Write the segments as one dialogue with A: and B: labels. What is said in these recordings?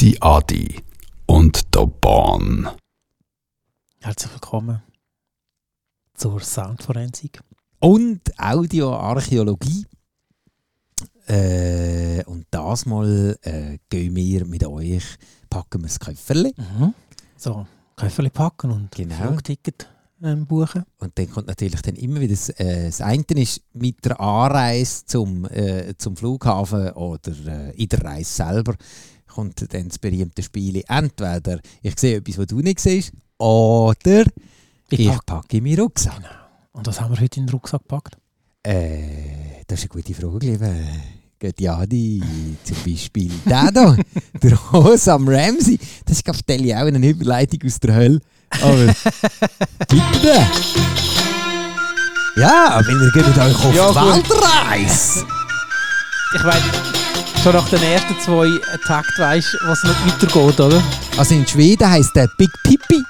A: die Adi und der Bahn.
B: Herzlich willkommen zur Soundforensik und Audioarchäologie. Äh, und das mal äh, gehen wir mit euch, packen wir das Köfferli.
C: Mhm. So, Köfferli packen und
B: Genau.
C: Flugticket ähm, buchen.
B: Und dann kommt natürlich dann immer wieder das, äh, das eine ist mit der Anreise zum, äh, zum Flughafen oder äh, in der Reise selber kommt dann das berühmte Spiel entweder ich sehe etwas, was du nicht siehst oder ich,
C: pack-
B: packe meinen Rucksack.
C: Und was haben wir heute in den Rucksack gepackt?
B: Äh, das ist eine gute Frage, lieber Göttiadi. Zum Beispiel der da, der Osam Ramsey. Das ist, glaube ich, Telly auch eine Überleitung aus der Hölle. Aber bitte! Ja, weil wir gehen mit euch auf
C: Ja, gut.
B: Weltreise!
C: Ich meine, schon nach den ersten zwei Takt weißt du, was nicht weitergeht, oder?
B: Also in Schweden heisst der Big Pippi.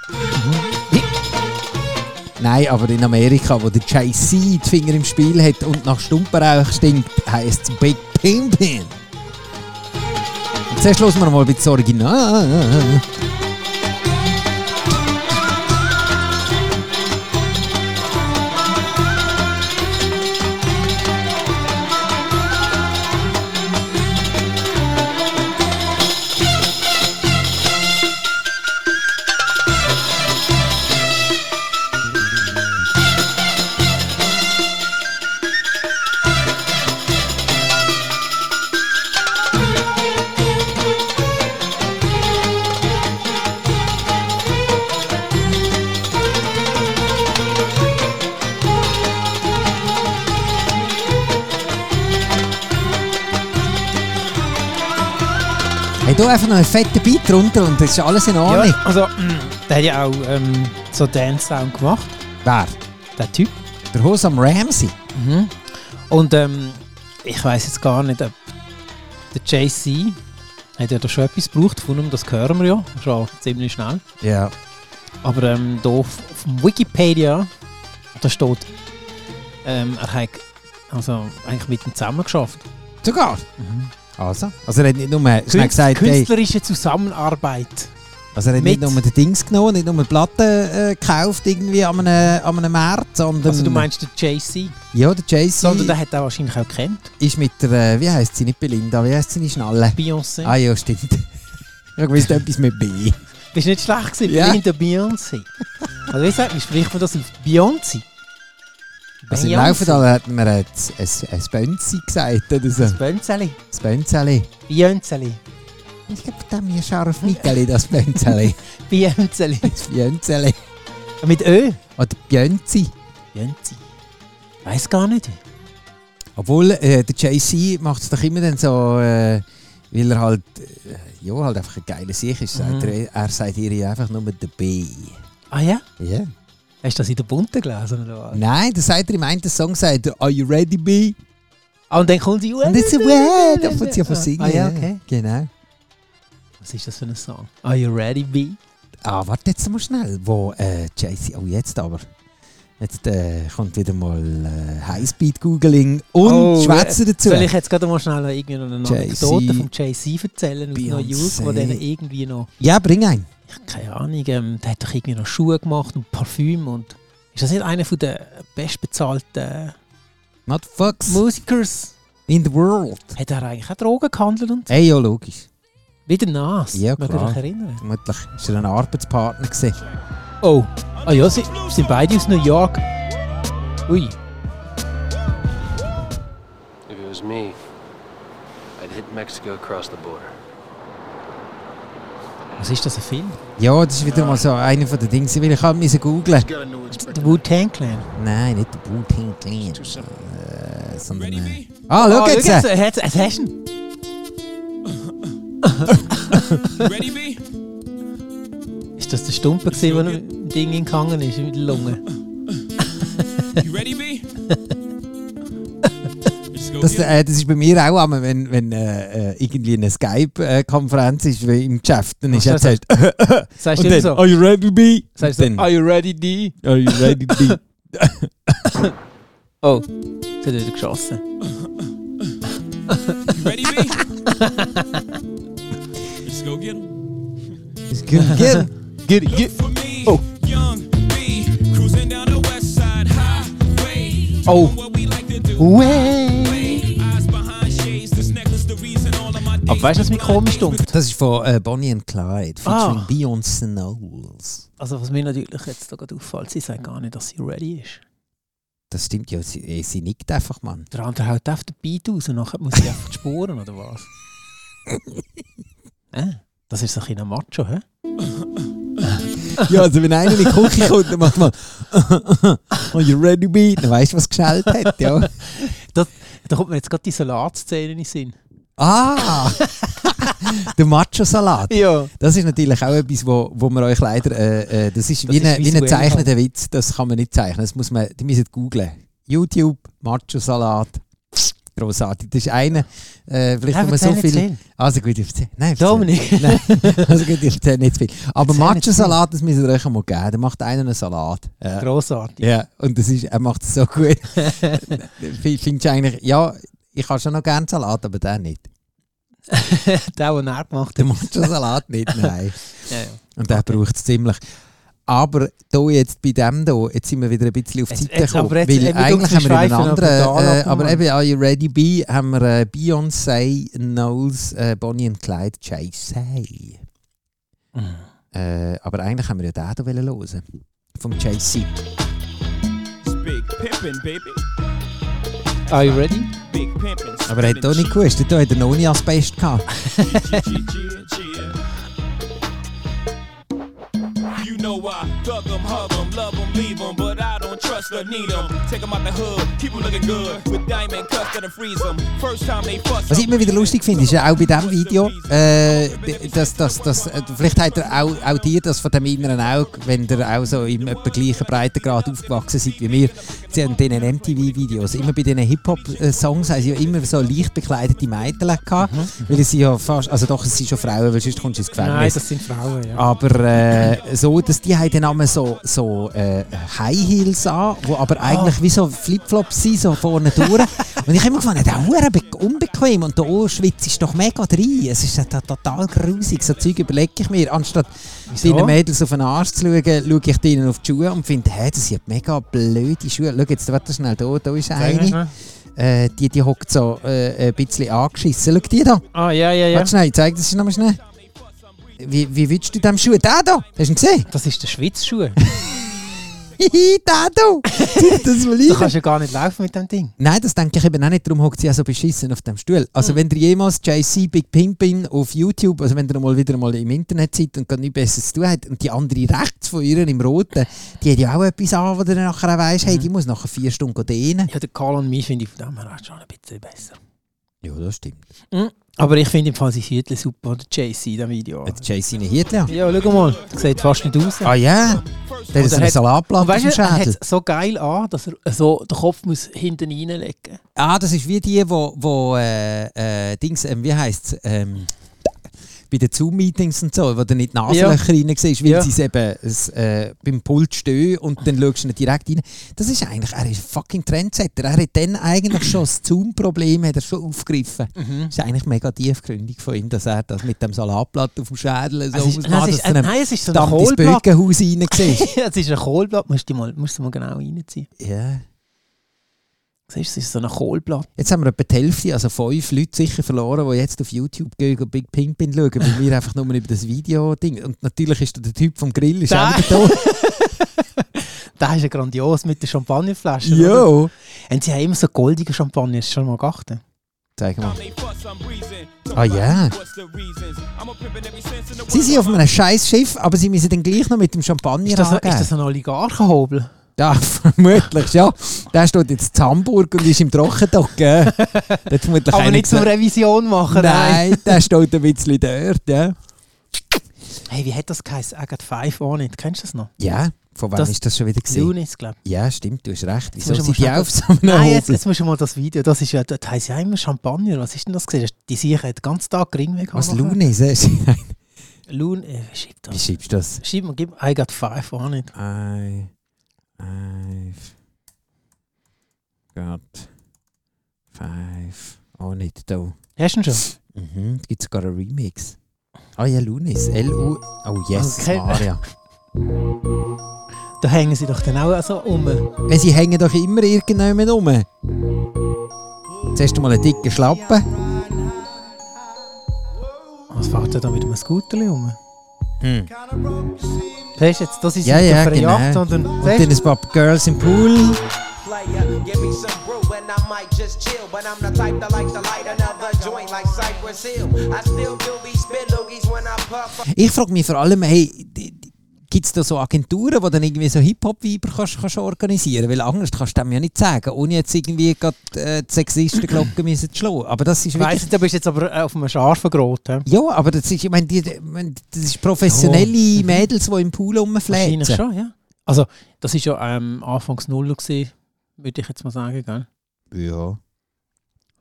B: Nein, aber in Amerika, wo der JC die Finger im Spiel hat und nach Stumperauch stinkt, heisst es Big Pimpin. Und zuerst hören wir mal ein bisschen das Original. Hey, du einfach noch einen fetten Beat runter und das ist alles in Ordnung.
C: Ja, also, mh, der hat ja auch ähm, so Dance-Sound gemacht,
B: Wer?
C: der Typ.
B: Der Hosam Ramsey.
C: Mhm. Und ähm, ich weiß jetzt gar nicht, ob der JC hat ja da schon etwas gebraucht von ihm, das hören wir ja schon ziemlich schnell.
B: Ja.
C: Aber ähm, hier auf, auf dem Wikipedia, da steht, ähm, er hat also eigentlich mit ihm zusammengeschafft.
B: Sogar. Also? Also er hat nicht nur, schnell
C: Mhm. Künst-
B: gesagt, hey,
C: Künstlerische Zusammenarbeit.
B: Also er hat nicht
C: Mit-
B: nur den Dings genommen, nicht nur die Platten äh, gekauft irgendwie an einem, an einem Markt, sondern...
C: Also du meinst den JC,
B: Ja, der
C: sondern
B: JC
C: den hat er wahrscheinlich auch kennt.
B: ist mit der, äh, wie heisst sie, nicht Belinda, wie heisst sie, nicht Schnalle?
C: Beyoncé.
B: Ah ja, stimmt. Ich wusste etwas mit B.
C: Bist nicht schlecht gewesen,
B: Ja.
C: Belinda Beyoncé. Also wie sagt man, spricht man das auf Beyoncé?
B: Also im
C: Beyoncé.
B: Laufe da hat man ein, ein, ein Bönzi gesagt oder so.
C: Das Bönzeli.
B: Das Bönzeli.
C: Beyoncé.
B: Ich glaube, da mir scharf Mitteli, das Bönzeli.
C: Beyoncé.
B: Das Bönzeli.
C: Mit Ö.
B: Oder Bönzi.
C: Beyoncé. Weiß gar nicht.
B: Obwohl, äh, der JC macht es doch immer dann so, äh, weil er halt, äh, ja, halt einfach ein geiler Sieg ist, sagt
C: Mhm.
B: er, er sagt ihr ja einfach nur der B.
C: Ah ja?
B: Ja.
C: Hast du das in der Bunte gelesen? Oder? was?
B: Nein, das sagt er im einen Song, sagt er, Are you ready, B?
C: Ah, und dann kommt sie.
B: Und jetzt, wow, da fängt sie einfach singen.
C: Ah ja, okay.
B: Genau.
C: Was ist das für ein Song? Are you ready, B?
B: Ah, warte jetzt mal schnell, wo, äh, JC, oh jetzt aber. Jetzt äh, kommt wieder mal äh, Highspeed-Googling und
C: Oh,
B: Schwätze dazu.
C: Soll ich jetzt gerade mal schnell noch irgendwie noch eine
B: JC.
C: Anekdote vom JC erzählen und noch Jungs,
B: Beyoncé.
C: die denen irgendwie noch,
B: Ja, bring ein.
C: ich hab keine Ahnung, ähm, der hat doch irgendwie noch Schuhe gemacht und Parfüm und ist das nicht einer von der bestbezahlten
B: Not fucks
C: Musikers?
B: in the world.
C: Hat er eigentlich auch Drogen gehandelt und
B: Hey, ja, logisch.
C: wieder nass?
B: Ja,
C: Mag ich
B: klar.
C: mich erinnern.
B: Vermutlich ist er ein Arbeitspartner gewesen.
C: Oh, ah ja, sie sind beide aus New York. Ui,
D: If it was me, I'd hit Mexico across the border.
C: was ist das, ein Film?
B: Ja, das ist wieder mal so einer von den Dings, weil ich habe müssen googlen.
C: Der Wu-Tang Clan.
B: Nein, nicht der Putin Clan. Äh, sondern. Äh. Ah,
C: Oh,
B: schau jetzt! äh,
C: jetzt, jetzt hast du ihn.
E: Ready, B?
C: Ist das der Stumpen gewesen, der mit dem Ding in Kangen ist, mit der Lunge?
E: You ready, B? Let's go
B: Das,
E: get
B: äh, das ist bei mir auch einmal, wenn, wenn äh, äh, irgendwie eine Skype-Konferenz ist wie im Geschäft, dann ist
C: Ach,
B: jetzt erst.
C: Sagst du
B: Und
C: immer so?
B: dann, are you ready, B?
C: Sagst du
B: Dann,
C: so, are you ready, D?
B: are you ready, B?
C: Oh, jetzt hat er wieder geschossen.
E: it. You ready, B? Let's Let's go get 'em.
B: Gell?
E: For me,
C: Oh.
E: young B, cruising down the west side highway.
C: Oh.
E: Doing What we like to do.
C: Way.
E: Eyes behind shades, this necklace, the reason all of my days.
C: Aber weißt du, was
E: been
C: mich komisch
E: blind days.
C: dunkelt?
B: Das ist von äh, Bonnie and Clyde, featuring
C: Ah.
B: Beyoncé Knowles.
C: Also, was mir natürlich jetzt da gerade auffällt, sie sagt gar nicht, dass sie ready ist.
B: Das stimmt ja, sie, äh, sie nickt einfach, Mann.
C: Der andere haut auf den Beat aus und nachher muss ich einfach die Spuren, oder was? äh, das ist so ein bisschen Macho, hä?
B: Ja, also wenn einer in die Küche kommt, dann macht man «Are you ready, B?» Dann weißt du, was geschält hat, ja.
C: Da kommt mir jetzt gerade die Salatszene in den Sinn.
B: Ah! Der Macho-Salat.
C: Ja.
B: Das ist natürlich auch etwas, wo, wo man euch leider... Äh, äh, das ist
C: Das
B: wie,
C: ist
B: ein- wie ein
C: visuell
B: zeichneter Witz, das kann man nicht zeichnen. Das muss man, die müssen googlen. YouTube, Macho-Salat. Grossartig. Das ist einer, äh, vielleicht haben wir so viel... Also gut, ich erzähl- Nein, erzähl.
C: Dominik.
B: Nein, also gut, ich erzähle nicht zu viel. Aber
C: Erzähl nicht zu viel.
B: Matcha-Salat, das müsst ihr euch einmal geben. Da macht einer einen Salat. Ja.
C: Grossartig.
B: ja, und das ist, er macht es so gut. F- Findest du eigentlich, ja, ich habe schon noch gerne Salat, aber den nicht.
C: Der, den er gemacht
B: Den Matcha-Salat nicht, nein.
C: hat. Ja, ja.
B: Und der braucht es ziemlich. Aber da jetzt bei dem da, jetzt sind wir wieder ein bisschen auf die
C: Jetzt-
B: Seite
C: jetzt- aber
B: gekommen.
C: jetzt-
B: Weil
C: eben, wir
B: eigentlich haben wir über einen
C: schweifen, aber da
B: anderen, äh,
C: lassen wir
B: aber
C: mal.
B: eben, Are You Ready Be, haben wir äh, Beyoncé, Knowles, äh, Bonnie and Clyde, Jay-Z.
C: Mhm.
B: Äh, aber eigentlich haben wir ja den hier hören wollen. Vom JC.
E: It's Big pimpin', baby.
C: Are you ready?
E: Big pimpin'.
B: Aber er hat auch nicht gewusst, da hat er noch nie als Best gehabt.
E: You know I thug 'em, hug 'em, love 'em, leave 'em, but I don't trust or need 'em. Take 'em out the hood, keep 'em looking good with diamond cuts that'll freeze 'em. First time they fuss.
B: Was ich immer wieder lustig finde, ist ja auch bei diesem Video, äh, d- dass, dass, dass, äh, vielleicht hat er auch, auch dir das von dem inneren Auge, wenn ihr auch so im etwa gleichen Breitengrad aufgewachsen seid wie wir, sie haben diesen MTV-Videos, immer bei diesen Hip-Hop-Songs haben sie ja immer so leicht bekleidete Mädchen gehabt, weil es sind ja fast, also doch, es sind schon Frauen, weil sonst kommst du ins Gefängnis.
C: Mhm. Nein, das sind Frauen, ja.
B: Aber äh, so, dass die haben dann immer so, so äh, High Heels an, die aber eigentlich wie so Flipflops sind, so vorne durch. und ich habe immer gefunden, der Hure be- unbequem und da schwitzt ist doch mega rein. Es ist ja to- total grusig. So Zeug überlege ich mir. Anstatt
C: Wieso?
B: deinen Mädels auf den Arsch zu schauen, schaue ich denen auf die Schuhe und finde, hey, das sind mega blöde Schuhe. Schau jetzt, warte schnell, da, da ist eine. Äh, die die hockt so äh, ein bisschen angeschissen. Schau die da.
C: Ah, ja, ja, ja.
B: Warte schnell, ich zeig das nochmal schnell. Wie, wie willst du dem Schuh? Der da! Hast du ihn gesehen?
C: Das ist der Schwitzschuh.
B: Hihi, der da! Zeig das mal
C: Du
B: rein!
C: kannst ja gar nicht laufen mit dem Ding.
B: Nein, das denke ich eben auch nicht. Darum hockt sie auch so beschissen auf dem Stuhl.
C: Mhm.
B: Also, wenn ihr jemals JC Big Pimpin auf YouTube, also wenn ihr mal wieder mal im Internet seid und gar nichts Besseres zu tun habt, und die andere rechts von ihr im Roten, die hat ja auch etwas an, wo du dann nachher auch weisst,
C: Mhm.
B: hey, die muss nachher vier Stunden dehnen.
C: Ja, der Karl und mich finde ich von dem her auch schon ein bisschen besser.
B: Ja, das stimmt.
C: Aber ich finde im Fall sein Hütli super, der JC in dem Video.
B: Hat JC eine Hirte an?
C: Ja, schau mal. Sieht fast nicht aus.
B: Ah ja, der hat so
C: er
B: einen
C: hat-
B: Salatblatt auf
C: weißt
B: dem
C: du, er hat
B: Schädel.
C: es so geil an, dass er so den Kopf muss hinten reinlegen
B: Ah, das ist wie die, wo, wo äh, äh, Dings, ähm, wie heisst es, ähm, bei den Zoom-Meetings und so, wo du nicht die Nasenlöcher rein siehst, weil
C: Ja.
B: sie es eben es, äh, beim Pult stehen und dann schaust du nicht direkt rein. Das ist eigentlich, er ist ein fucking Trendsetter. Er hat dann eigentlich schon das Zoom-Problem hat er schon aufgegriffen.
C: Mhm.
B: Das ist eigentlich mega tiefgründig von ihm, dass er das mit dem Salatblatt auf dem Schädel
C: Also
B: so
C: Es ist-
B: muss
C: nein,
B: machen,
C: es
B: dass
C: ist- äh,
B: du
C: nein, es ist so ein
B: dann ins
C: Kohlblatt.
B: Bögenhaus rein siehst.
C: es ist ein Kohlblatt, musst du mal, musst du mal genau reinziehen.
B: Ja.
C: Siehst du, es ist so ein Kohlblatt.
B: Jetzt haben wir etwa die Hälfte, also fünf Leute sicher verloren, die jetzt auf YouTube gehen und Big Pimpin schauen, weil wir einfach nur über das Video-Ding. Und natürlich ist der Typ vom Grill ist auch
C: Der-
B: wieder da.
C: Der ist ja grandios mit der Champagnerflasche. oder?
B: Jo!
C: Und sie haben immer so goldige Champagner, hast du schon mal geachtet?
B: Zeig mal.
E: Ah
B: Ah, ja.
E: ja.
B: Sie sind auf einem scheiß Schiff, aber sie müssen dann gleich noch mit dem Champagner
C: Ist das, ist
B: angeben.
C: das ein Oligarchenhobel?
B: Ja, vermutlich, ja. Der steht jetzt in Hamburg und ist im Trockendock. gell? Der hat vermutlich
C: Aber
B: einer
C: nicht zum
B: gesagt,
C: Revision machen, nein.
B: Nein, der steht ein bisschen dort, ja.
C: Hey, wie hat das geheißen? Agate 5 auch nicht. Kennst du das noch?
B: Ja, von wann
C: Das-
B: ist das schon wieder gesehen?
C: Lunis, glaube ich.
B: Ja, stimmt, du hast recht. Wieso
C: muss ich
B: sind
C: mal
B: die
C: schnell-
B: auf so einem
C: Nein, jetzt,
B: Hobel?
C: jetzt musst du mal das Video. Das ist ja, das heisst ja immer Champagner. Was ist denn das gesehen? Die Sicher hat den ganzen Tag Ringweg
B: Was Lunis ist?
C: Lun, äh, wie schreibt
B: Wie
C: das?
B: schreibst du das?
C: Schreib mal, gib Agate 5 auch nicht.
B: I, I've got five. Oh, nicht da.
C: Hast du ihn schon?
B: Mhm, gibt sogar einen Remix. Ah ja, Lunis. L-U... Oh yes,
C: Okay.
B: Maria.
C: Da hängen sie doch dann auch so um.
B: Weil sie hängen doch immer irgendjemand rum. Zuerst mal einen dicken Schlappen.
C: Was fährt denn da mit einem Scooter um?
B: Hm.
C: Siehst du jetzt, das ist
B: Ja,
C: nicht
B: ja,
C: auf einer
B: genau.
C: Jagd, sondern...
B: Und
C: siehst
B: dann ein paar Girls im Pool.
F: player. Give me some brew and I might just chill. But I'm the type that likes to light another joint like Cypress Hill. I still do be spit loogies when I puff
B: Ich frage mich vor allem, hey, gibt es da so Agenturen, wo dann irgendwie so Hip-Hop-Weiber kannst, kannst organisieren? Weil anders kannst du dem ja nicht sagen, ohne jetzt irgendwie gerade äh, die Sexistenglocken müssen zu schlagen. Aber das ist
C: du,
B: wirklich...
C: weiss, du bist jetzt aber äh, auf einem scharfen Grot. hä?
B: Ja, aber das ist, ich meine, die, die- ich meine, das ist professionelle
C: Ja.
B: Mädels, die im Pool
C: Wahrscheinlich
B: rumflätzen.
C: schon, ja. Also, das war ja ähm, Anfangs Nuller, gewesen, würde ich jetzt mal sagen, gell?
B: Ja.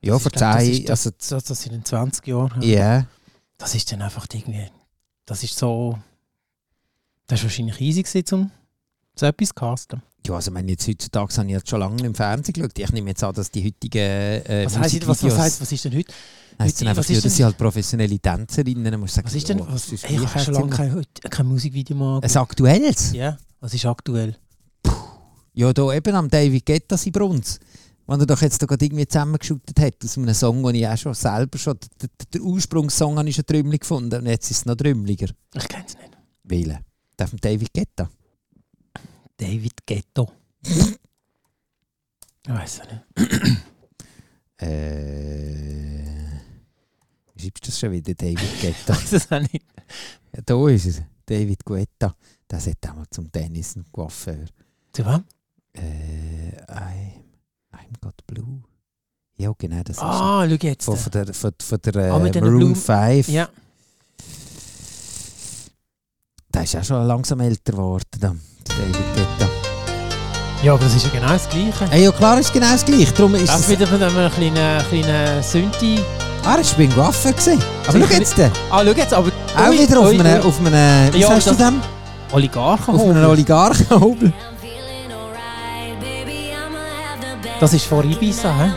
C: Das ist,
B: Ja,
C: glaub, das
B: verzeih.
C: ist- Das,
B: Also,
C: das, das, sind in 20 Jahren.
B: ja.
C: Das ist dann einfach irgendwie... Das ist so... Das war wahrscheinlich easy, gewesen, um so etwas zu casten.
B: Ja, also ich meine, jetzt heutzutage habe ich jetzt schon lange im Fernsehen geschaut. Ich nehme jetzt an, dass die heutigen äh,
C: Was, heisst, was, was, heisst, was ist denn heute?
B: heisst dann
C: heute-
B: einfach
C: was
B: nur,
C: ist
B: dass
C: denn-
B: sie halt professionelle Tänzerinnen, muss sagen,
C: Was ist denn,
B: oh,
C: was,
B: das ist
C: hey, ich habe schon lange
B: Gleichheitszimmer.
C: kein, heute- kein Musikvideo mehr
B: Ein aktuelles?
C: Ja, was ist aktuell?
B: Ja, da eben am David Guetta sein Bruns. Wenn er doch jetzt da gerade irgendwie zusammengeschüttet hat aus einem Song, den ich auch schon selber schon... Der, der- der Ursprungssong habe ich schon Trümmli gefunden und jetzt ist es noch trümmliger.
C: Ich kenne es nicht.
B: Wählen. Der von David Guetta.
C: David Ghetto. ich weiß es nicht.
B: Äh... Wie schreibst du das schon wieder? David Guetta.
C: Ich weiss es auch nicht.
B: ja, da ist er. David Guetta. Das hat auch mal zum Tennis einen Coiffeur.
C: Zu wem?
B: Äh... I'm, I'm got blue. Ja, genau, das ist
C: Ah, schau jetzt.
B: Von, von der, von, von der
C: Ah, mit
B: äh,
C: diesen
B: Maroon
C: Blumen.
B: 5.
C: Ja,
B: Der ist auch schon langsam älter geworden, da, der David Guetta.
C: ja, aber das ist ja genau das Gleiche.
B: Hey, ja klar, ist genau das gleiche. Darum ist
C: Das
B: es...
C: wieder mit einem kleinen, kleinen Synthi.
B: Ah, das war beim Waffen. gewesen. Aber schau
C: Sicher
B: jetzt den.
C: Ah, schau jetzt, aber...
B: Auch
C: Ui,
B: wieder auf
C: ui,
B: einem...
C: ui.
B: Auf einem wie
C: Ja,
B: sagst du
C: das- Oh.
B: dem?
C: Oligarchen.
B: Auf einem Oligarchenhobel.
C: Das ist vor Ibiza, hä?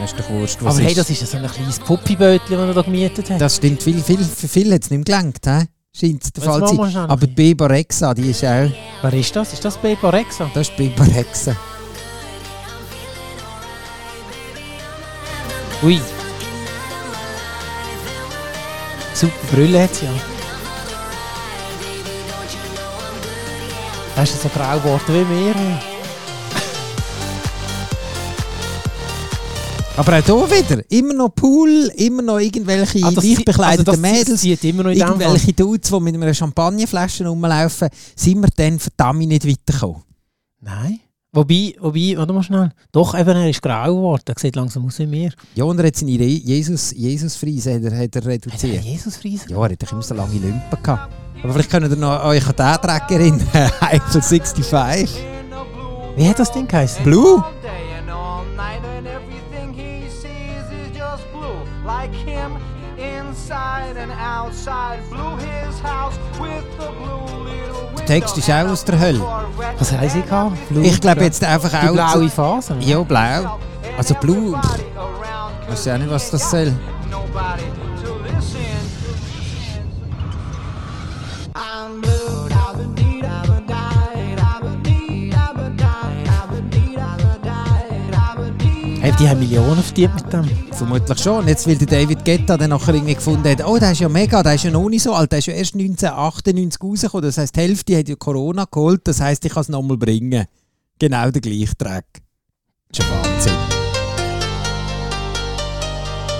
B: Das ist doch wurscht, was
C: Aber hey,
B: ist.
C: das ist ja so ein kleines Puppibötchen, das er da gemietet hat.
B: Das stimmt, viel, viel, für viel hat es nicht mehr gelangt, he? scheint es
C: Jetzt
B: der Fall zu
C: machen
B: sein.
C: wir schnell
B: Aber
C: ein
B: die Beba Rexa, die ist auch...
C: Wer ist das? Ist das Bebo Rexa?
B: Das ist Beba Rexa.
C: Ui. Super Brille hat sie ja. Hast du so grau geworden wie wir?
B: Aber auch hier wieder. Immer noch Pool, immer noch irgendwelche
C: Ah, das
B: leicht
C: zie-
B: bekleideten
C: also das
B: Mädels.
C: zieht immer noch in dem Fall.
B: irgendwelche Dudes, die mit einer Champagnerflasche rumlaufen, sind wir dann verdammt nicht weitergekommen.
C: Nein. Wobei, wobei, warte mal schnell. Doch, eben, er ist grau geworden. Er sieht langsam aus wie wir.
B: Ja, und er hat seine Re- Jesus, Jesus-Friese hat er, hat er
C: Hat er
B: reduziert.
C: Jesus Friesen?
B: Ja, er hat doch immer so lange Lumpen gehabt. Aber vielleicht könnt ihr noch euch an den Track erinnern. Eiffel 65.
C: Wie hat das Ding geheißen?
B: Blue?
F: and all night and everything he sees is just blue like him inside and outside blew his house with the blue little window
B: Text ist auch aus der Hölle.
C: Was heisst sie gehabt? Blue,
B: Ich glaube
C: grau.
B: jetzt einfach
C: Die
B: auch...
C: blaue Phase. ne?
B: Ja, blau. Also Blue... Pff. Weiß ja nicht, was das soll.
F: Nobody to listen
C: Hey, die haben Millionen verdient mit dem.
B: Vermutlich schon. Jetzt, weil der David Guetta dann nachher irgendwie gefunden hat, oh, der ist ja mega, der ist ja noch nicht so alt, der ist ja erst 1998 rausgekommen. Das heisst, die Hälfte hat ja Corona geholt, das heisst, ich kann es nochmal bringen. Genau der gleiche Track. Das ist ja Wahnsinn.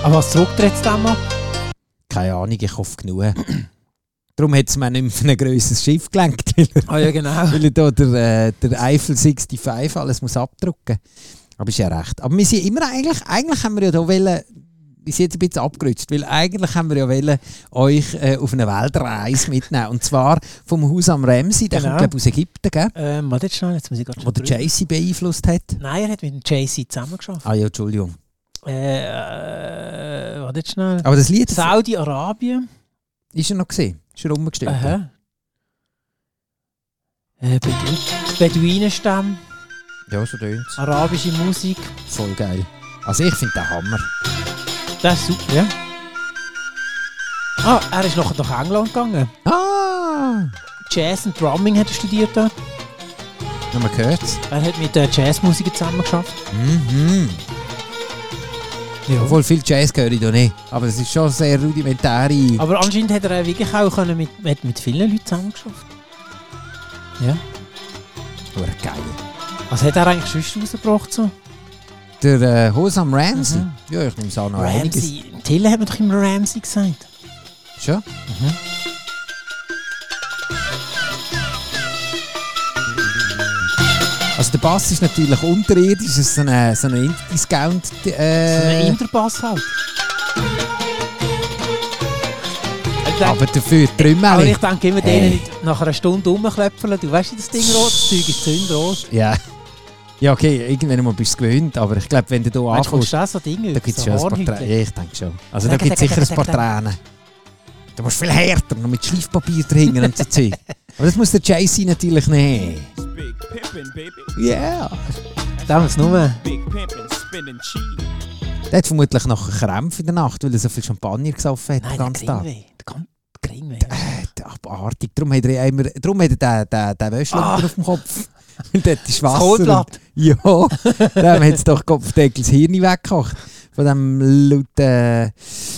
C: Aber was zurücktritt es dann mal?
B: Keine Ahnung, ich hoffe genug. Darum hat es mir nicht mehr auf ein grösseres Schiff gelenkt, weil er,
C: Ah ja, genau.
B: weil er da der, äh, der Eiffel 65 alles muss abdrucken Aber ist ja recht. Aber wir sind immer eigentlich, eigentlich haben wir ja da wollen, wir sind jetzt ein bisschen abgerutscht, weil eigentlich haben wir ja wollen, euch äh, auf eine Weltreise mitnehmen. Und zwar vom Haus am Ramsey, der
C: Genau.
B: kommt glaube aus Ägypten, gell?
C: Ähm, warte jetzt schnell, jetzt muss ich gerade
B: wo der JC beeinflusst hat.
C: Nein, er hat mit dem JC zusammengeschafft.
B: Ah ja, Entschuldigung.
C: Äh, äh, warte jetzt schnell.
B: Aber Ah, das Lied das
C: Saudi-Arabien.
B: ist ja noch gesehen. Ist ja rumgestimmt.
C: Aha. Äh, Bedu Beduinenstamm,
B: Ja, so tönt's.
C: arabische Musik.
B: Voll geil. Also ich finde den Hammer.
C: Das ist super, ja. Ah, er ist nachher nach England gegangen.
B: Ah!
C: Jazz und Drumming hat er studiert dort.
B: Haben wir gehört?
C: Er hat mit äh, Jazzmusikern zusammengeschafft.
B: Mhm.
C: Ja.
B: Obwohl viel Jazz höre ich da nicht. Aber es ist schon sehr rudimentäre.
C: Aber anscheinend hat er auch wirklich auch können mit, hat mit vielen Leuten zusammengeschafft. Ja.
B: Aber geil.
C: Was hat er eigentlich sonst rausgebracht? So?
B: Der äh, Hosam Ramsey.
C: Mhm.
B: Ja, ich nehme es auch noch Ah, einiges.
C: Ramsey. Tille hat mir doch immer Ramsey gesagt.
B: Schon?
C: Mhm.
B: Also der Bass ist natürlich unterirdisch, es ist so ein so eine Discount.
C: So ein
B: Äh,
C: Interpass halt. Ich denke-
B: aber dafür
C: aber
B: Trümmeli.
C: ich denke immer
B: Hey.
C: denen nach einer Stunde rumklöpfeln. Du weißt, das Ding rot, das Zeug ist zündrot.
B: Ja. Ja, okay, irgendwann mal bist du es gewöhnt, aber ich glaube, wenn du hier
C: Mensch, kommst
B: ankommst,
C: du auch so Dinge
B: Ah, da gibt es schon ein paar Tränen. Ja, ich denke schon. Also da
C: Sag,
B: gibt es
C: sag,
B: sicher ein
C: sag,
B: paar
C: sag, sag.
B: Tränen. Du musst viel härter, noch mit Schleifpapier drin und so Zeug. Aber das muss der JC natürlich nehmen.
E: Big pimpin', baby.
B: Yeah!
C: Damals nur.
E: Big pimpin', spinning cheese.
B: Der hat vermutlich noch Krämpfe in der Nacht, weil er so viel Champagner gesoffen hat den
C: Nein,
B: ganzen Tag.
C: Greenway. Der Kon- Greenway.
B: Äh, abartig. Darum hat er, immer, darum hat er den, den, den Wäschler
C: Ah.
B: auf dem Kopf. Weil dort ist
C: Das
B: Wasser.
C: Kohlblatt.
B: Ja, dem hat es doch Kopfdeckel das Hirn weggekocht. Von dem lauten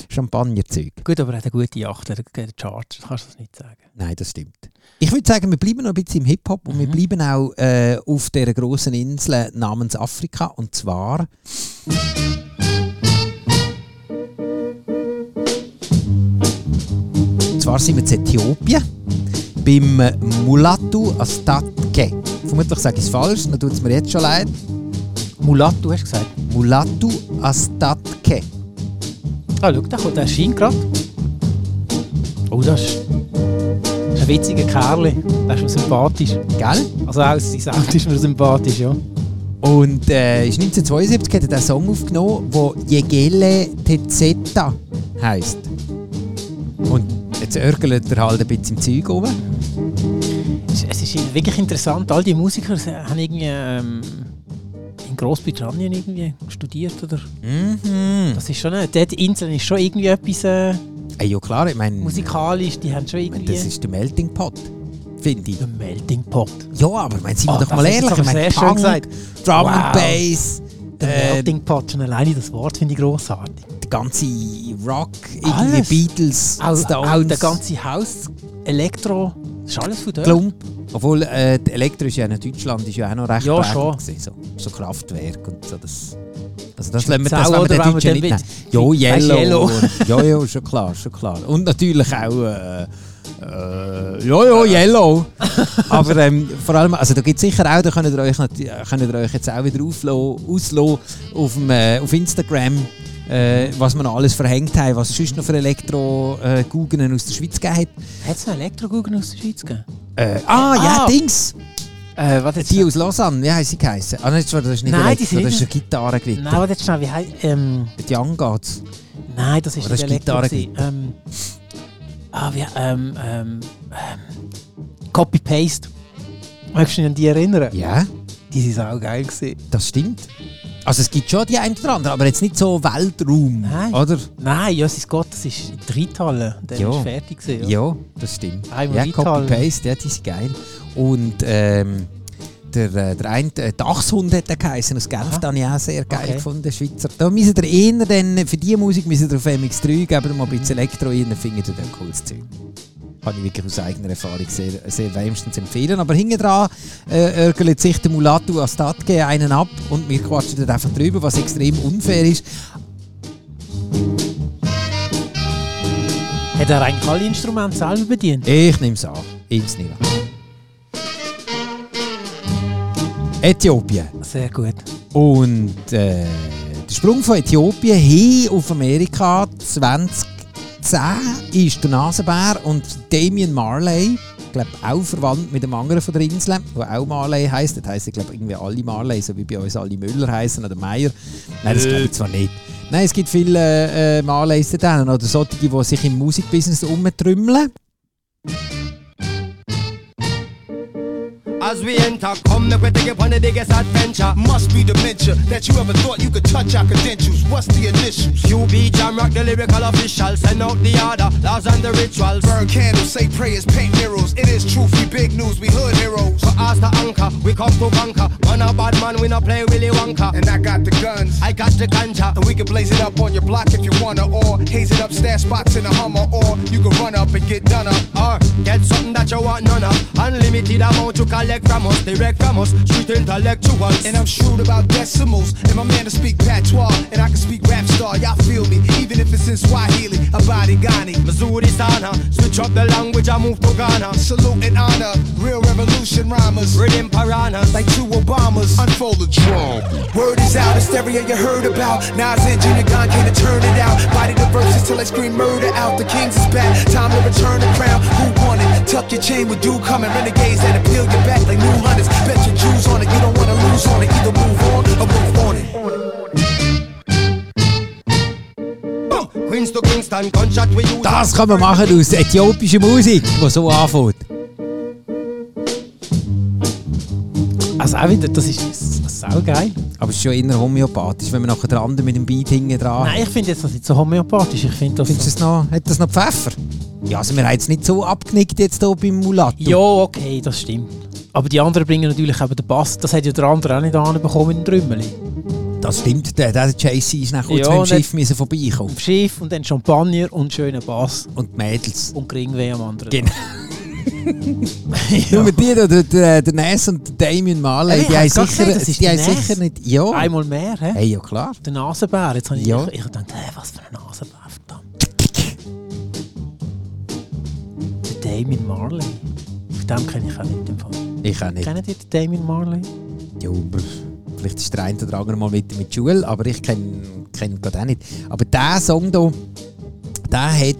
B: Champagnerzeug.
C: Gut, aber er hat eine gute Yacht, er hat einen Charge, kannst du das nicht sagen.
B: Nein, das stimmt. Ich würde sagen, wir bleiben noch ein bisschen im Hip-Hop und wir
C: Mhm.
B: bleiben auch äh, auf dieser grossen Insel namens Afrika. Und zwar. Und zwar sind wir in Äthiopien beim äh, Mulatu Astatke. Vermutlich sage ich es falsch, dann tut es mir jetzt schon leid.
C: Mulatto hast du gesagt.
B: Mulatu Astatke.
C: Ah, schau, der, kommt, der scheint gerade. Oh, das ist das ist ein witziger Kerl. Der ist mir sympathisch.
B: Gell?
C: Also auch sein Sound ist mir sympathisch, ja.
B: Und äh, ist 1972 hat er den Song aufgenommen, der Jegele Tezeta heisst. Und jetzt örgelt er halt ein bisschen im Zeug rum.
C: Es es ist wirklich interessant, all die Musiker sie haben irgendwie ähm, in Großbritannien irgendwie studiert, oder?
B: Mhm.
C: Das ist schon, eine- dort Inseln ist schon irgendwie etwas äh,
B: Äh, ja klar, ich meine,
C: musikalisch, die haben schon
B: ich mein,
C: irgendwie...
B: das ist der Melting Pot, finde ich.
C: ein Melting Pot.
B: Ja, aber ich mein, sind wir
C: Ah,
B: doch
C: das
B: mal
C: hast du jetzt
B: ehrlich.
C: aber
B: ich mein,
C: sehr schön
B: Punk,
C: gesagt.
B: Drum
C: Wow.
B: and Bass,
C: Der
B: äh,
C: Melting Pot, schon alleine das Wort finde ich grossartig.
B: der ganze Rock, irgendwie
C: Alles.
B: Beatles,
C: Auch,
B: Stones.
C: auch der ganze Haus, Elektro, das ist alles von dort.
B: Klump. Obwohl, äh, die Elektro ist ja in Deutschland ist ja auch noch recht
C: Ja,
B: prägend
C: schon.
B: gewesen, so, so Kraftwerk und so. Das, also das
C: Ist
B: lassen
C: Zau,
B: wir, das lassen wir
C: oder
B: den
C: wenn man
B: Deutschen
C: dann
B: nicht nehmen.
C: mit-
B: Jo,
C: Weisst du,
B: Yellow.
C: Yellow.
B: ja, ja, schon klar, schon klar. Und natürlich auch... Äh, äh, ja, ja, Yellow. Aber ähm, vor allem, also da gibt es sicher auch, da könnt ihr euch, nat- äh, könnt ihr euch jetzt auch wieder auflo- auslassen auf, dem, äh, auf Instagram, äh, was wir noch alles verhängt haben, was es sonst noch für Elektro-Gugenen aus der Schweiz gegeben hat.
C: Hat es noch Elektro-Guggen aus der Schweiz gegeben?
B: Äh, ah,
C: Ah.
B: ja, Dings!
C: Äh, warte jetzt.
B: Die aus Lausanne, wie haben sie geheißen? Ah, nein, das war- das ist nicht
C: Nein, die
B: Elektro,
C: sind
B: das ist eine
C: nicht-
B: Gitarre gewidmet.
C: Nein, warte jetzt schnell, wie heißt... Ähm,
B: Die Young geht's.
C: Nein, das ist nicht
B: Oder Oh, ist
C: Elektro.
B: Gitarre
C: gewesen. Ähm, ah, wie, ähm, ähm, ähm, Copy-Paste. Möchtest du dich an die erinnern?
B: Ja,
C: Die waren auch geil. Gewesen.
B: das stimmt. Also es gibt schon die ein oder andere, aber jetzt nicht so Weltraum,
C: Nein.
B: oder?
C: Nein, Jesus Gott, das ist in der Reithalle. Der
B: Ja.
C: ist fertig. Gewesen,
B: Ja. das stimmt.
C: Einmal
B: ja,
C: reingehauen.
B: Copy-Paste, ja, die sind geil. Und ähm, der, äh, der eine, äh, der Achshund hat der geheißen aus Genf,
C: Aha.
B: den habe ich auch sehr geil
C: Okay.
B: gefunden, Schweizer. Da müssen ihr eher dann, für diese Musik müssen ihr auf MX3 geben, ihr mal ein bisschen Elektro rein, dann findet ihr dann cooles Zeug. Kann ich wirklich aus eigener Erfahrung sehr, sehr wärmstens empfehlen. Aber hinten dran äh, ärgert sich der Mulatto als Tatge einen ab und wir quatschen dann einfach drüber, was extrem unfair ist.
C: Hat er eigentlich alle Instrumente selber bedient?
B: Ich nehme es an. Ich nehme an. Äthiopien.
C: Sehr gut.
B: Und äh, der Sprung von Äthiopien hin auf Amerika 2010 ist der Nasenbär und Damien Marley, ich glaube auch verwandt mit dem anderen von der Insel, der auch Marley heisst. Das heisst, ich glaube, irgendwie alle Marley, so wie bei uns alle Müller heißen oder Meier. Nein, das glaube ich zwar nicht. Nein, es gibt viele äh, äh, Marleys da oder solche, die sich im Musikbusiness umtrümmeln.
E: I
G: As we enter, come make we take it on the biggest adventure.
H: Must be dementia that you ever thought you could touch our credentials. What's the initials?
G: QB Jam Rock, the lyrical official. Send out the order, laws and the rituals.
H: Burn candles, say prayers, paint murals. It is truth, we big news, we hood heroes.
G: For us to anchor, we come to conquer. Man a bad man, we not play Willy Wonka.
H: And I got the guns.
G: I got the ganja.
H: And we can blaze it up on your block if you wanna, or haze it up, stash spots in a Hummer, or you can run up and get done up.
G: Or get something that you want none of. Unlimited amount to collect from us, direct from us, street intellectuals.
H: And I'm shrewd about decimals, and my man to speak patois, and I can speak rap star. Y'all feel me, even if it's in Swahili, Abadi Ghani.
G: Missouri Sana, switch up the language, I move to Ghana.
H: Salute and honor, real revolution rhymers,
G: Rhythm piranhas,
H: like two Obamas. Unfold the drum. Word is out, hysteria you heard about. Nas and Junior Gun came to turn it out. Body the verses till they scream murder out. The kings is back, time to return the crown. Who won it? Tuck your chain with dude coming. Renegades that appeal your back like new hunters. Bet your Jews on it, you don't wanna lose on it. Either move on or move on it.
G: boom. Queens to Kingston, gunshot we use.
B: Das kann man machen aus äthiopischer Musik, die so anfängt.
C: Also auch wieder, das ist, das ist saugeil.
B: Aber es ist schon eher homöopathisch, wenn man nachher den anderen mit dem Beat hinten dran
C: Nein, ich finde jetzt das nicht so homöopathisch. Ich finde das.
B: Findest du es noch, hat das noch Pfeffer? Ja, also wir haben jetzt nicht so abgenickt jetzt hier beim Mulatto.
C: ja, okay, das stimmt. Aber die anderen bringen natürlich eben den Bass. Das hat ja der andere auch nicht anbekommen mit dem Trümmeli.
B: Das stimmt, der, der JC ist nachher kurz
C: Ja, und
B: ja, mit dem Schiff müssen vorbeikommen.
C: Auf Schiff und dann Champagner und schönen Bass
B: Und die Mädels.
C: und Geringweh am anderen.
B: Genau. Nur mit dir, der, der, der, der Ness und der Damien Marley,
C: Hey,
B: die
C: ich
B: haben
C: hab grad
B: sicher,
C: gesehen, das ist
B: die haben
C: der Ness.
B: sicher nicht... Ja,
C: Einmal mehr, hä?
B: hey, ja klar.
C: Der Nasenbär. Jetzt habe ich,
B: Ja.
C: ich, ich gedacht, hä, was für ein Nasenbär, verdammt. Der Damien Marley. Auf dem kenne ich auch nicht im Fall.
B: Ich auch nicht.
C: Kennt ihr den Damien Marley?
B: Ja, aber vielleicht ist der eine oder andere mal mit mit der Schule, aber ich kenne kenn ihn gerade auch nicht. Aber dieser Song hier, der hat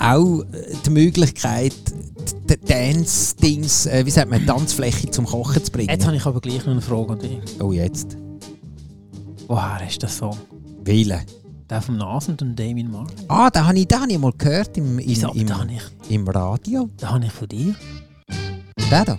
B: auch äh, die Möglichkeit, die die Dance-Dings, äh, wie sagt man, die Tanzfläche zum Kochen zu bringen.
C: Jetzt habe ich aber gleich noch eine Frage an dich.
B: oh, jetzt.
C: Woher ist der Song?
B: Wählen.
C: Der vom Nasen und der Damien Marley?
B: Ah, den habe ich, den hab ich mal gehört im, im,
C: Wieso? Den habe
B: im,
C: ich,
B: im Radio.
C: den habe ich von dir.
B: Der da.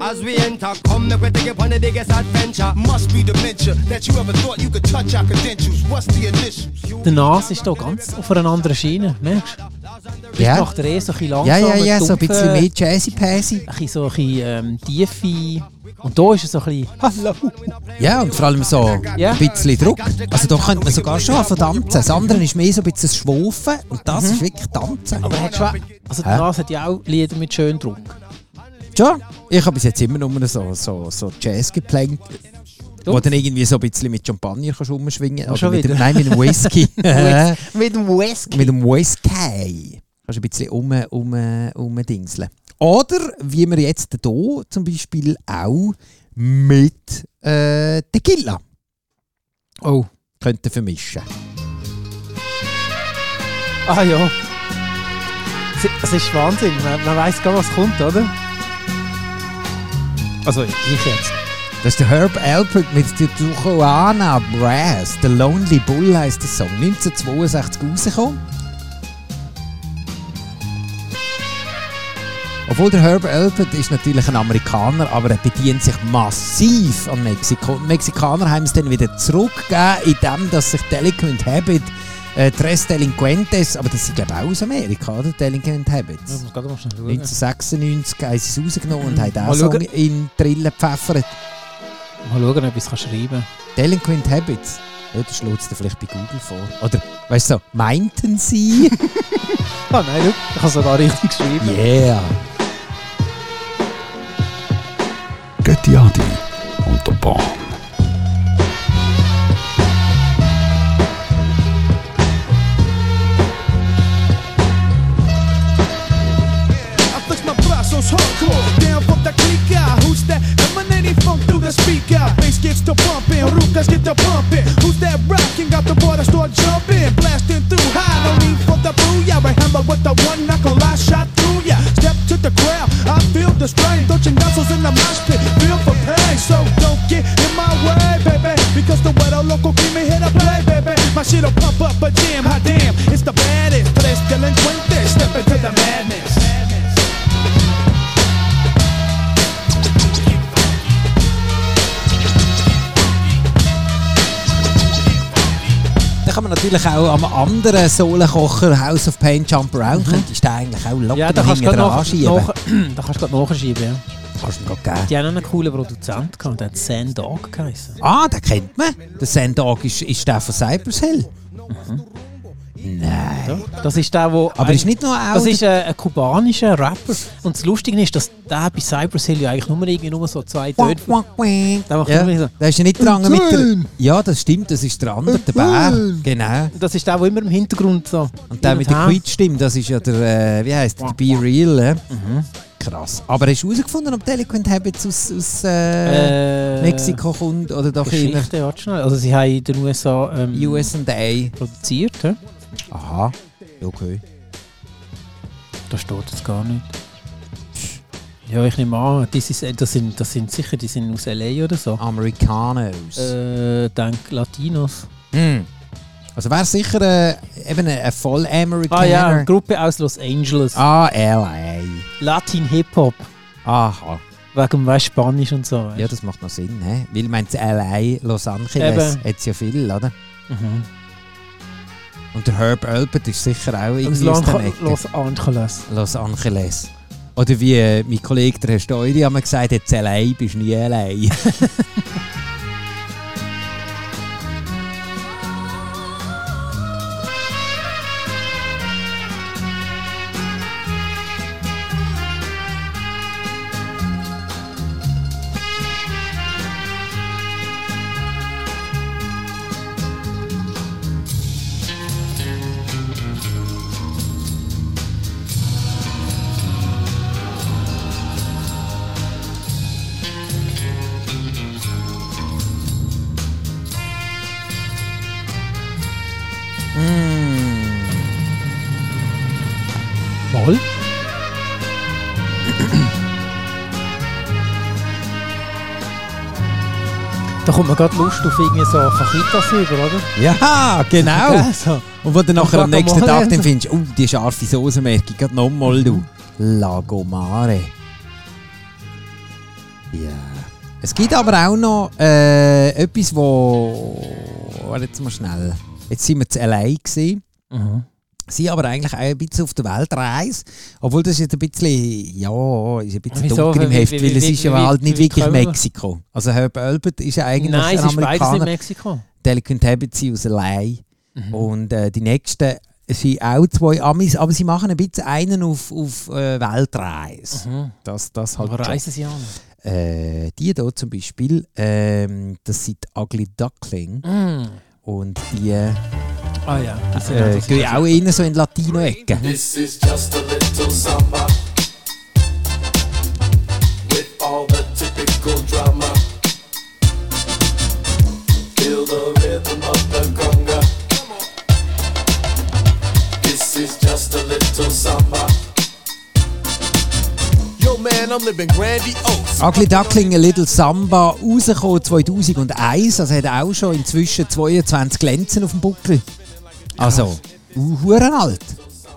G: As we enter, come make we take it on the biggest adventure.
H: Must be dementia that you ever thought you could touch our credentials. What's the initials?
C: Der Nase ist hier ganz auf einer anderen Schiene, merkst du?
B: Ja.
C: Macht er eh so ein bisschen
B: Ja,
C: langsam.
B: ja, ja, so ein bisschen mehr Jazzy-Pässi.
C: Ein bisschen so ein bisschen ähm, tiefe. Und da ist er so ein bisschen. Hallo.
B: Ja, und vor allem so
C: Ja.
B: ein bisschen Druck. Also da könnte man sogar schon anfangen tanzen. Das andere ist mehr so ein bisschen Schwufen und das ist wirklich Tanzen.
C: Mhm. Aber er hat schon. Also der
B: Hä?
C: Nase hat ja auch Lieder mit schönem Druck.
B: Ja, ich habe bis jetzt immer nur so, so, so Jazz geplänkt. Wo dann irgendwie so ein bisschen mit Champagner kannst rumschwingen kannst.
C: schon
B: mit dem,
C: wieder.
B: nein, mit dem Whisky. mit
C: Mit dem Whisky.
B: dem Whisky. Kannst du ein bisschen um, um, umdingseln. Oder, wie wir jetzt hier zum Beispiel auch mit äh, Tequila
C: Oh.
B: könnten vermischen.
C: Ah ja. Es- Es ist Wahnsinn. Man, man weiß gar, was kommt, oder? Also ich jetzt.
B: Das ist der Herb Alpert mit der Tijuana Brass. The Lonely Bull heisst der Song. 1962 rausgekommen. Obwohl der Herb Alpert ist natürlich ein Amerikaner, aber er bedient sich massiv an Mexiko. Die Mexikaner haben es dann wieder zurückgegeben, indem dass sich Delinquent Habit, äh, Tres Delinquentes, aber das sind glaube ich auch aus Amerika, oder? Delinquent Habits.
C: muss gerade mal schnell schauen.
B: 1996 haben sie es rausgenommen und haben
C: Mal
B: diesen
C: schauen.
B: Song in die Trille gepfeffert.
C: Mal schauen, ob ich es schreiben kann.
B: Delinquent Habits. Ja, das schlägt es dir vielleicht bei Google vor. Oder, weißt du, so, meinten sie?
C: Ah nein, schau, ich habe es sogar richtig geschrieben.
B: yeah.
A: Götti Adi und der Bahn.
H: I flex my brazos hardcore. Down from the clica. Who's that emanating funk through the speaker? Bass gets to bumping, Rukas get to pumping. Who's that rocking? Got the board, I start jumping. Blasting through high, no need for the booyah. Right hammer with the one knuckle, I shot through ya. Step to the crowd, I feel the strain. Dodging nozzles in the mosh pit, feel for pain. So don't get in my way, baby. Because the weather local keep me here to play, baby. My shit'll pump up a jam, hot damn. It's the baddest, tres delinquentes. Step into the madness.
B: man natürlich auch am anderen Sohlenkocher House of Pain Jump Around. Könntest du den eigentlich auch locker
C: Ja, da kannst du gerade
B: hinten dran
C: noch,
B: schieben.
C: noch, da kannst du gerade nachschieben. Ja.
B: Kannst du ihm gerade geben.
C: Die haben auch einen coolen Produzent gehabt, der hat Sand Dog geheißen.
B: Ah, den kennt man. Der Sandog ist, ist der von Cypress Hill. Nein.
C: Das ist der, wo
B: Aber ist nicht noch auch
C: Das ist äh, ein kubanischer Rapper. Und das Lustige ist, dass der bei Cypress Hill ja eigentlich nur, irgendwie nur so zwei
B: der
C: Töne. Der macht
B: ja,
C: immer so-
B: der ist ja nicht dran mit der. Ja, das stimmt, das ist der andere, der Bär. Genau.
C: Das ist der, der immer im Hintergrund so.
B: Und der mit der Quietschstimme, das ist ja der, äh, wie heißt der, der Be Real. Äh? Krass. Aber hast du herausgefunden, ob Delinquent Habits aus, aus äh,
C: äh,
B: Mexiko kommt oder doch eher
C: Geschichte, warte schnell. Also sie haben in den USA ähm,
B: USA?
C: produziert. hä?
B: Aha. Okay.
C: Da steht es gar nicht. Ja, ich nehme an, das, ist, äh, das, sind, das sind sicher, die sind aus L.A. oder so.
B: Americanos.
C: Äh, denk Latinos.
B: Hm. Also wäre sicher äh, eben ein, ein Voll-Amerikaner.
C: Ah ja, Gruppe aus Los Angeles.
B: Ah, L.A.
C: Latin Hip-Hop.
B: Aha.
C: Wegen weißt, Spanisch und so. Weißt.
B: Ja, das macht noch Sinn, hä? Weil man L.A., Los Angeles,
C: Eben.
B: hat ja viel, oder?
C: Mhm.
B: Und der Herb Alpert ist sicher auch
C: Aus
B: irgendwie aus der
C: Lan-
B: Ecke.
C: Los Angeles.
B: Los Angeles. Oder wie äh, mein Kollege der Herr Steuri einmal gesagt hat, L.A. bist nie allein.
C: Voll. Da kommt man gerade Lust auf irgendwie so Fajitas über, oder?
B: ja, genau.
C: Gell, so.
B: Und wo du nachher am nächsten
C: Guacamole
B: Tag
C: und
B: dann
C: so.
B: findest, oh, die scharfe Soße merke ich gerade nochmal, du. Lagomare. Ja. Es gibt aber auch noch äh, etwas, wo... Warte jetzt mal schnell. Jetzt sind wir zu allein gewesen.
C: Mhm.
B: Sind aber eigentlich auch ein bisschen auf der Weltreise. Obwohl das ist jetzt ein bisschen, ja, ist ein bisschen
C: Wieso?
B: dunkel im
C: Wie-
B: Heft,
C: wie-
B: weil es
C: wie-
B: ist ja
C: wie-
B: halt nicht
C: wie
B: wirklich
C: kommen wir?
B: Mexiko. Also Herb Albert ist ja eigentlich
C: Nein, es
B: ein
C: ist beides
B: Amerikaner.
C: in Mexiko.
B: Delinquent Habits sind aus allein.
C: Mhm.
B: Und äh, die nächsten sind auch zwei Amis, aber sie machen ein bisschen einen auf, auf äh, Weltreise. Das, das halt
C: Mhm. Aber
B: schon.
C: reisen sie auch nicht.
B: Äh, die hier zum Beispiel, ähm, das sind die Ugly Duckling. Und die äh,
C: Ah ja, die sind
B: äh,
C: Mhm. das
B: gehen
C: ist- also Mhm.
B: auch eher so in Latino-Ecken.
I: This is just a little summer with all the typical drama. Feel the rhythm of the conga. This is just a little summer. Yo, man, I'm living grandiose.
B: Ugly Duckling, A Little Samba, rausgekommen 2001, also hat auch schon inzwischen 22 Glänzen auf dem Buckel. Also, uhren alt.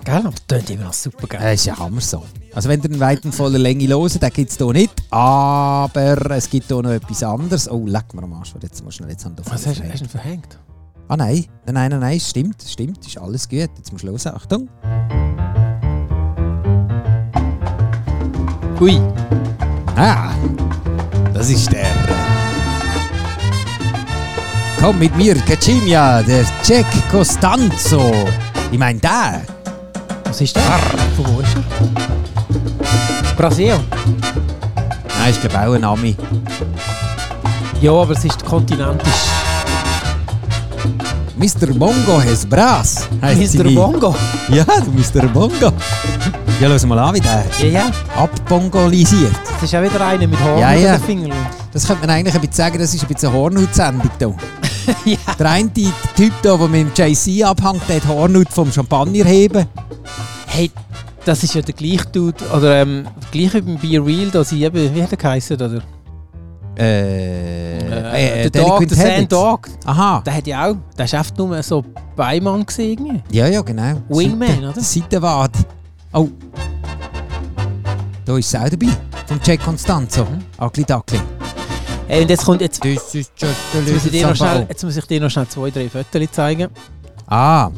C: Gell, aber das tönt immer noch super geil.
B: Das ist ja Hammer so. Also wenn ihr einen weiten voller Länge hört, den gibt es hier nicht. Aber es gibt hier noch etwas anderes. Oh, leck mir am Arsch, warte, jetzt mal schnell. Jetzt haben wir
C: Was hast, hast du denn verhängt?
B: Ah nein, nein, nein, nein, nein, es stimmt, es stimmt, ist alles gut. Jetzt musst du hören, Achtung.
C: Ui,
B: Ah, das ist der... Komm mit mir, Cacimia, der Jack Costanzo. Ich meine, der.
C: was ist das? Von wo ist er? Brasilien.
B: Nein, ist glaube ich auch ein Ami.
C: Ja, aber es ist kontinentisch.
B: Mr. Bongo has Brass, heisst
C: Mr.
B: seine-
C: Bongo.
B: Ja, du Mr. Bongo. Ja, lass mal an, wie der
C: Ja, ja.
B: abbongolisiert.
C: Das ist auch wieder einer mit Haaren
B: Ja, ja.
C: und den Fingern.
B: Das könnte man eigentlich ein bisschen sagen, das ist ein bisschen eine Hornhautsendung hier.
C: Ja.
B: Der eine Typ hier, der mit dem JC abhängt, der hat die Hornhaut vom Champagner heben.
C: Hey, das ist ja der gleiche Dude, oder ähm, der gleiche beim Be Real, da sie eben, wie hat er geheißen, oder?
B: Äh,
C: der
B: äh,
C: Dog,
B: Delinquent
C: der Sand
B: Habits.
C: Dog,
B: Aha.
C: der hat ja auch, der ist einfach nur so Beimann gesehen irgendwie.
B: Ja, ja, genau.
C: Wingman,
B: Seite-
C: oder?
B: Seitenwade. Oh. Da ist es auch dabei. Vom Jack Constanzo.
C: Mhm.
B: Agli Dagli.
C: Hey, und jetzt kommt, jetzt,
B: Das ist just a
C: jetzt, muss ich dir noch
B: samba.
C: schnell, jetzt muss ich dir noch schnell zwei, drei Fotos zeigen.
B: Ah,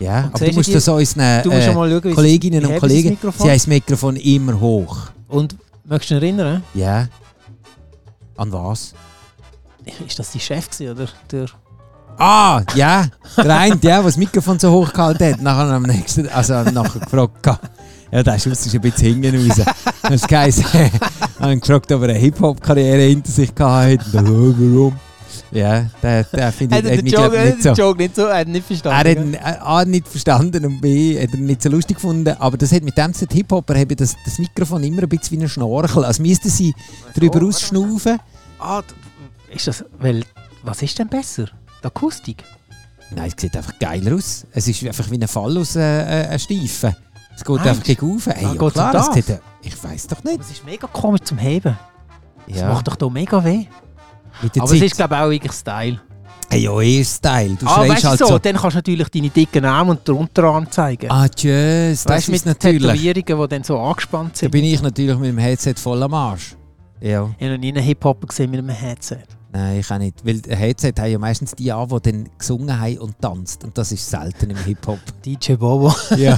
B: ja. Aber du
C: siehst
B: musst
C: du
B: das unseren
C: Du musst
B: äh,
C: schon mal schauen, wie
B: Kolleginnen
C: ich
B: und
C: habe das
B: Kollegen,
C: Mikrofon.
B: sie haben das Mikrofon immer hoch.
C: Und möchtest du dich erinnern?
B: Ja. An was?
C: Ist das dein Chef gewesen, oder? Der
B: Ah, ja. Der eine, ja, der das Mikrofon so hoch gehalten hat, nachher am nächsten, also nachher gefragt, «Ga- ja, der Schuss ist ein bisschen hinten raus. Dann ist geheißen, haben gefragt, ob er eine Hip-Hop-Karriere hinter sich gehabt hat. Und dann, «Ja, warum? Ja, der, der findet hat mich, glaub, nicht so.
C: Joke nicht so, er hat ihn nicht
B: Er hat
C: verstanden.
B: ihn äh, A nicht verstanden und B hat ihn nicht so lustig gefunden. Aber das hat mit dem zu tun, Hip-Hopper haben das, das Mikrofon immer ein bisschen wie ein Schnorchel. Also müssten sie drüber ausschnaufen.
C: Ah, d- ist das, weil, was ist denn besser? Die Akustik?
B: Nein, es sieht einfach geiler aus. Es ist einfach wie ein Fall aus äh, äh, ein Steifen. Es geht
C: Meinst
B: einfach gegen auf. Hey,
C: Ah,
B: ja,
C: geht's
B: klar,
C: um
B: es
C: das?
B: sieht, äh, ich weiß doch nicht.
C: Das ist mega komisch zum Heben. Das
B: Ja,
C: macht doch da mega weh.
B: mit der
C: Aber
B: Zeit.
C: es ist, glaube ich, auch wirklich Style.
B: hey, ja, ihr Style. Du
C: ah,
B: schreist
C: weißt du
B: halt
C: so,
B: so.
C: dann kannst du natürlich deine dicken Arme und den Unterarm zeigen.
B: Ah, tschüss, das
C: weißt du,
B: ist
C: mit
B: natürlich.
C: Tätowierungen, die dann so angespannt
B: Da
C: sind.
B: bin ich natürlich mit dem Headset voll am Arsch. Ja,
C: Ich habe noch nie einen Hip-Hopper gesehen mit einem Headset.
B: nein, ich auch nicht. Weil ein Headset haben ja meistens die an, die dann gesungen haben und tanzt. Und das ist selten im Hip-Hop.
C: DJ Bobo.
B: Ja,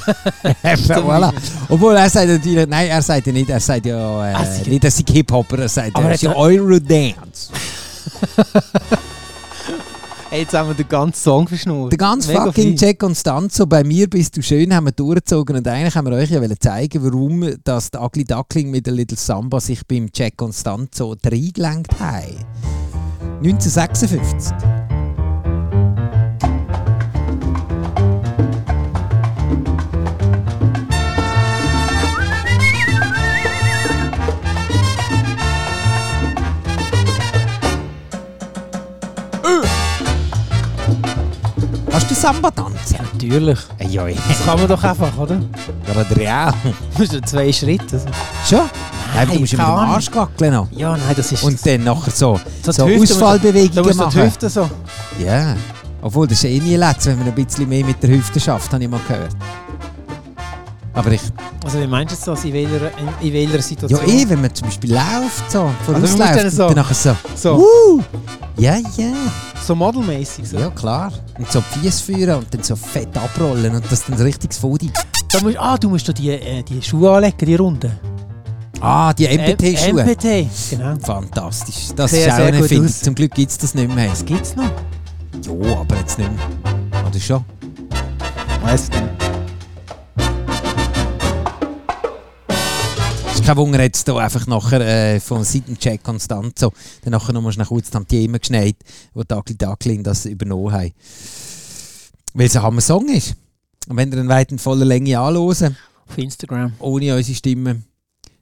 B: voilà. Obwohl er sagt natürlich, nein, er sagt ja nicht, er sagt ja äh,
C: Ah, sicher.
B: nicht, dass ich Hip-Hopper, er sagt,
C: Aber
B: er ist
C: er
B: ja
C: hat-
B: Eurodance.
C: Hey, jetzt haben wir den ganzen Song verschnurrt.
B: Der ganze
C: Mega
B: fucking
C: fein.
B: Jack und Stanzo bei mir bist du schön haben wir durchgezogen und eigentlich haben wir euch ja wollen zeigen, warum das der Ugly Duckling mit der Little Samba sich beim Jack und Stanzo reingelenkt haben. 1956. Hast du Samba tanzen?
C: Natürlich.
B: Ja, ja.
C: Das kann man doch einfach, oder?
B: Gerade ja.
C: Du musst ja zwei Schritte. Also.
B: Schon? Nein, du
C: Nein,
B: musst
C: keine
B: ja mit dem
C: Ahnung.
B: Arsch wackeln noch.
C: Ja, nein, das ist...
B: Und dann nachher so,
C: So
B: so,
C: die Hüfte- da
B: Ausfallbewegungen
C: musst du die
B: machen.
C: Hüfte so...
B: Ja. Obwohl, das ist eh nie letzt, wenn man ein bisschen mehr mit der Hüfte schafft, habe ich mal gehört. Aber ich,
C: Also wie meinst du das in welcher, in, in welcher
B: ja
C: Situation?
B: eh, wenn man zum Beispiel läuft, so, vorausläuft,
C: Also, man muss dann
B: und
C: so-
B: dann nachher so,
C: So.
B: wuh, ja, ja,
C: So modelmäßig. So.
B: ja, klar. Und so die Füße führen und dann so fett abrollen und das dann so richtig Fodi.
C: Da musst, ah, du musst da die, äh, die Schuhe anlegen, die Runden.
B: Ah, die MPT-Schuhe.
C: MPT, genau.
B: Fantastisch. Das
C: Sehr,
B: ist auch
C: sehr
B: eine
C: gut
B: Erfindung.
C: aus.
B: Zum Glück gibt es das nicht mehr.
C: Das gibt's noch.
B: Ja, aber jetzt nicht mehr. Oder schon?
C: Weiss nicht.
B: Es ist kein Wunder, jetzt hier einfach nachher äh, von Seitencheck Constanzo, dann nachher nochmal schnell kurz am Thema geschneit, wo Dagli Daglin das übernommen haben. Weil es ein Hammer-Song ist. Und wenn ihr einen weiten voller Länge anhören,
C: Auf Instagram.
B: ohne unsere Stimme,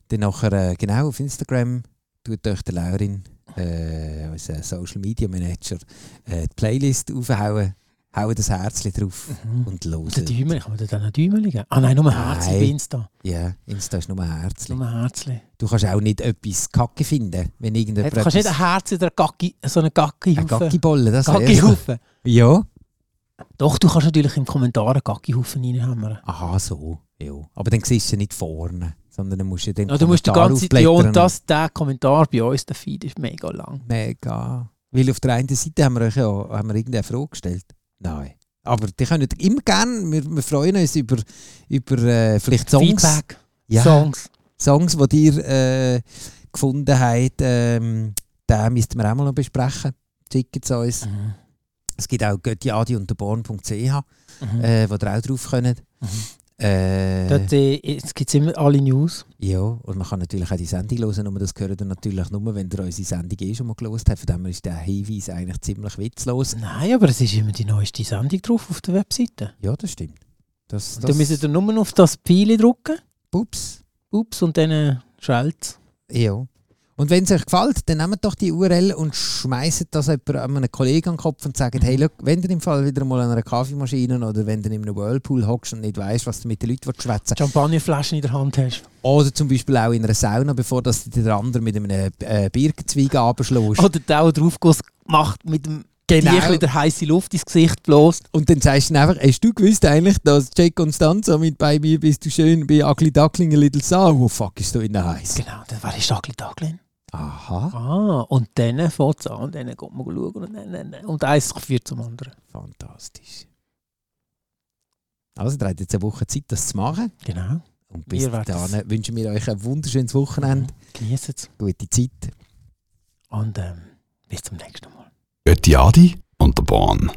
B: dann nachher, äh, genau, auf Instagram tut euch der Laurin, äh, unser Social Media Manager, äh, die Playlist aufhauen, hauen das Herzchen drauf
C: Mhm.
B: und
C: Der
B: hören.
C: Däumel, kann man dir dann einen Däumel legen? Ah nein, nur ein Herzchen
B: Nein.
C: bei Insta.
B: Ja, Insta ist nur ein Herzchen.
C: Nur ein Herzchen.
B: Du kannst auch nicht etwas Kacke finden, wenn
C: Du
B: irgendjemand
C: kannst nicht
B: etwas-
C: ein Herz oder eine Gacki, so eine Gacki
B: Ein
C: Gacki
B: Gackibolle, das wär's.
C: Haufen.
B: Ja.
C: Doch, du kannst natürlich im Kommentar einen Gacki Haufen reinhammern.
B: Aha, so. Ja. Aber dann siehst du sie nicht vorne, sondern dann musst du den
C: Ja, Also, du musst die
B: Kommentar
C: ganze Zeit, ja, und
B: aufblättern.
C: das, der Kommentar bei uns, der Feed ist mega lang.
B: Mega. Weil auf der einen Seite haben wir euch ja haben wir irgendeine Frage gestellt. Nein. Aber die können immer gerne, wir, wir freuen uns über, über äh, vielleicht Songs.
C: Feedback,
B: Ja,
C: Songs.
B: Songs, die dir äh, gefunden habt, ähm, den müssten wir auch mal noch besprechen. Schickt es uns.
C: Mhm.
B: Es gibt auch göttiadi und
C: Mhm.
B: äh, wo ihr auch drauf könnt. Äh,
C: Dort, äh, jetzt gibt es immer alle News.
B: Ja, und man kann natürlich auch die Sendung hören, aber das gehört ihr natürlich nur, wenn ihr unsere Sendung eh schon mal gelost habt. Von dem her ist der Hinweis eigentlich ziemlich witzlos.
C: Nein, aber es ist immer die neueste Sendung drauf auf der Webseite.
B: Ja, das stimmt. Das,
C: Da
B: das,
C: müsst ihr nur auf das Pfeile drücken.
B: Ups.
C: Ups, und dann äh, schallt
B: Ja. Und wenn es euch gefällt, dann nehmt doch die URL und schmeißt das jemand einem Kollegen an den Kopf und sagt, hey, look, wenn ihr im Fall wieder mal an einer Kaffeemaschine oder wenn ihr in einem Whirlpool hockst und nicht weißt, was du mit den Leuten willst schwätzen
C: Champagnerflaschen in der Hand hast.
B: Oder zum Beispiel auch in einer Sauna, bevor dass du den anderen mit einem äh, Birkenzweig abschlägst.
C: Oder die Augen draufgegossen macht mit dem
B: Genau.
C: Tierchen der heiße Luft ins Gesicht bloß.
B: Und dann sagst du dann einfach, hast du gewusst eigentlich, dass Jack Constanza mit bei mir bist du schön bei Ugly Duckling a Little Star? Oh fuck, ist da in der heiß.
C: Genau, dann wäre ich Dagli Daglin.
B: Aha.
C: Ah, und dann fängt es an und dann geht man schauen und, dann, dann, und eins führt zum anderen.
B: Fantastisch. Also, ihr habt jetzt eine Woche Zeit, das zu machen.
C: Genau.
B: Und bis
C: Wir werden's.
B: dahin wünschen wir euch ein wunderschönes Wochenende,
C: Genießt es.
B: gute Zeit.
C: Und ähm, bis zum nächsten Mal.
A: Götti Adi und der Bahn.